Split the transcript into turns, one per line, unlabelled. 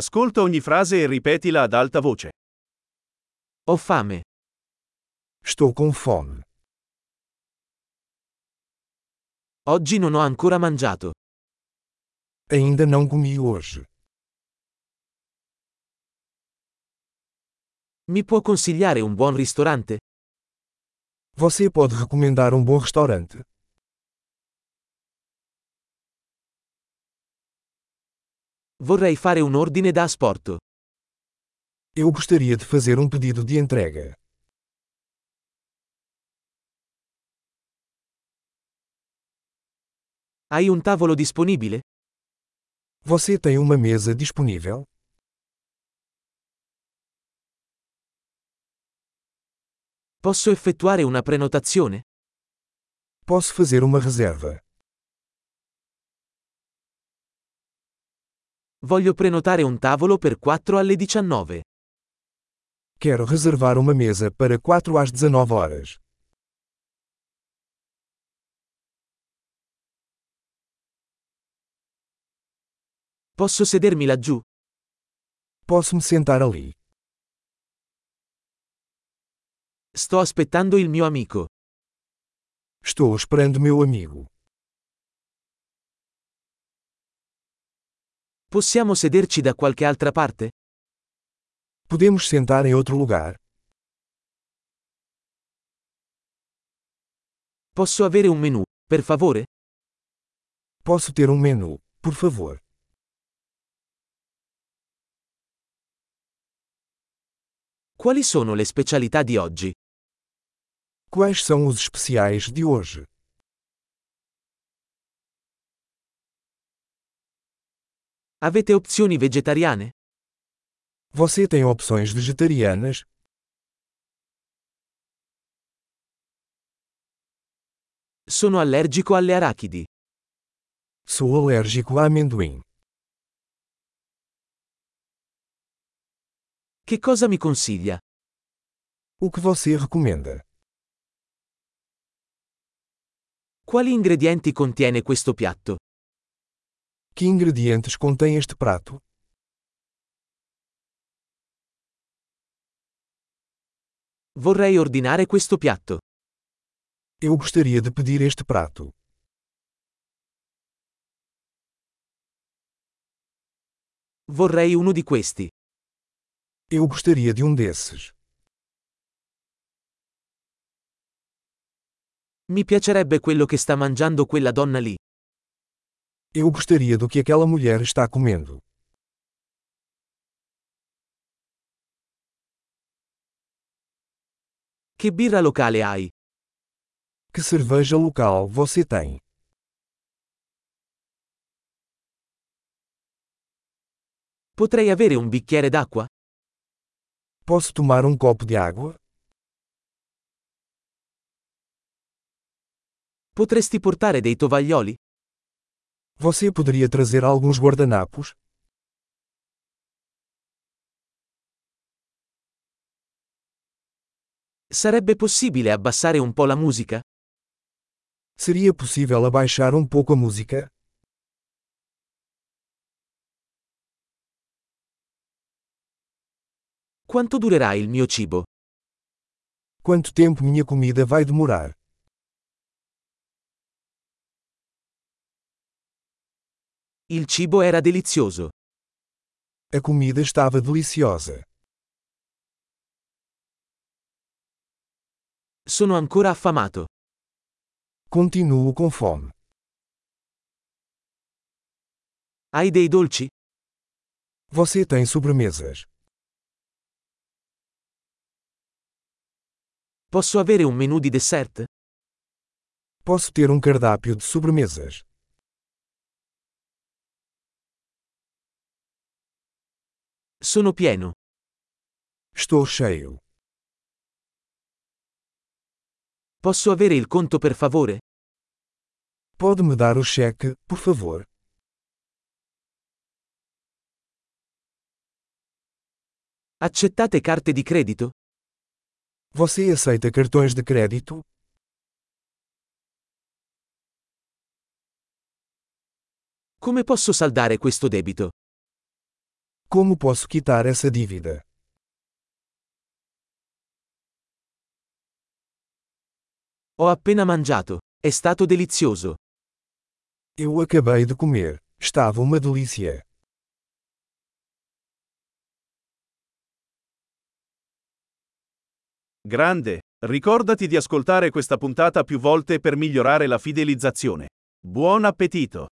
Ascolta ogni frase e ripetila ad alta voce.
Ho fame.
Estou com fome.
Oggi non ho ancora mangiato.
Ainda não comi hoje.
Mi può consigliare un buon ristorante?
Você pode recomendar um bom restaurante?
Vorrei fare un ordine da asporto.
Eu gostaria de fazer um pedido de entrega.
Hai un tavolo disponibile?
Você tem uma mesa disponível?
Posso effettuare una prenotazione?
Posso fazer uma reserva.
Voglio prenotare un tavolo per 4 alle 19.
Quero reservar uma mesa para 4 às 19 horas.
Posso sedermi laggiù?
Posso me sentar ali.
Sto aspettando il mio amico.
Estou esperando meu amigo.
Possiamo sederci da qualche altra parte?
Podemos sentar em outro lugar?
Posso avere un menù, per favore?
Posso ter um menu, por favor?
Quali sono le specialità di oggi?
Quais são os especiais de hoje?
Avete opzioni vegetariane?
Você tem opções vegetarianas?
Sono allergico alle arachidi.
Sou alérgico a amendoim.
Che cosa mi consiglia?
O que você recomenda?
Quali ingredienti contiene questo piatto?
Que ingredientes contém este prato?
Vorrei ordinare questo piatto.
Eu gostaria de pedir este prato.
Vorrei uno di questi.
Eu gostaria de um desses.
Mi piacerebbe quello che sta mangiando quella donna lì.
Eu gostaria do que aquela mulher está comendo.
Che birra locale hai?
Que cerveja local você tem?
Potrei avere un bicchiere d'acqua?
Posso tomar um copo de água?
Potresti portare dei tovaglioli?
Você poderia trazer alguns guardanapos?
Sarebbe possibile abbassare un po' la musica?
Seria possível abaixar um pouco a música?
Quanto durerà il mio cibo?
Quanto tempo minha comida vai demorar?
Il cibo era delizioso.
A comida estava deliciosa.
Sono ancora affamato.
Continuo com fome.
Hai dei dolci?
Você tem sobremesas?
Posso avere un menù di dessert?
Posso ter um cardápio de sobremesas?
Sono pieno.
Estou cheio.
Posso avere il conto per favore?
Pode me dar o cheque, por favor?
Accettate carte di credito?
Você aceita cartões de crédito?
Come posso saldare questo debito?
Como posso quitar essa dívida?
Ho appena mangiato. È stato delizioso.
Eu acabei de comer. Estava uma delícia.
Grande, ricordati di ascoltare questa puntata più volte per migliorare la fidelizzazione. Buon appetito!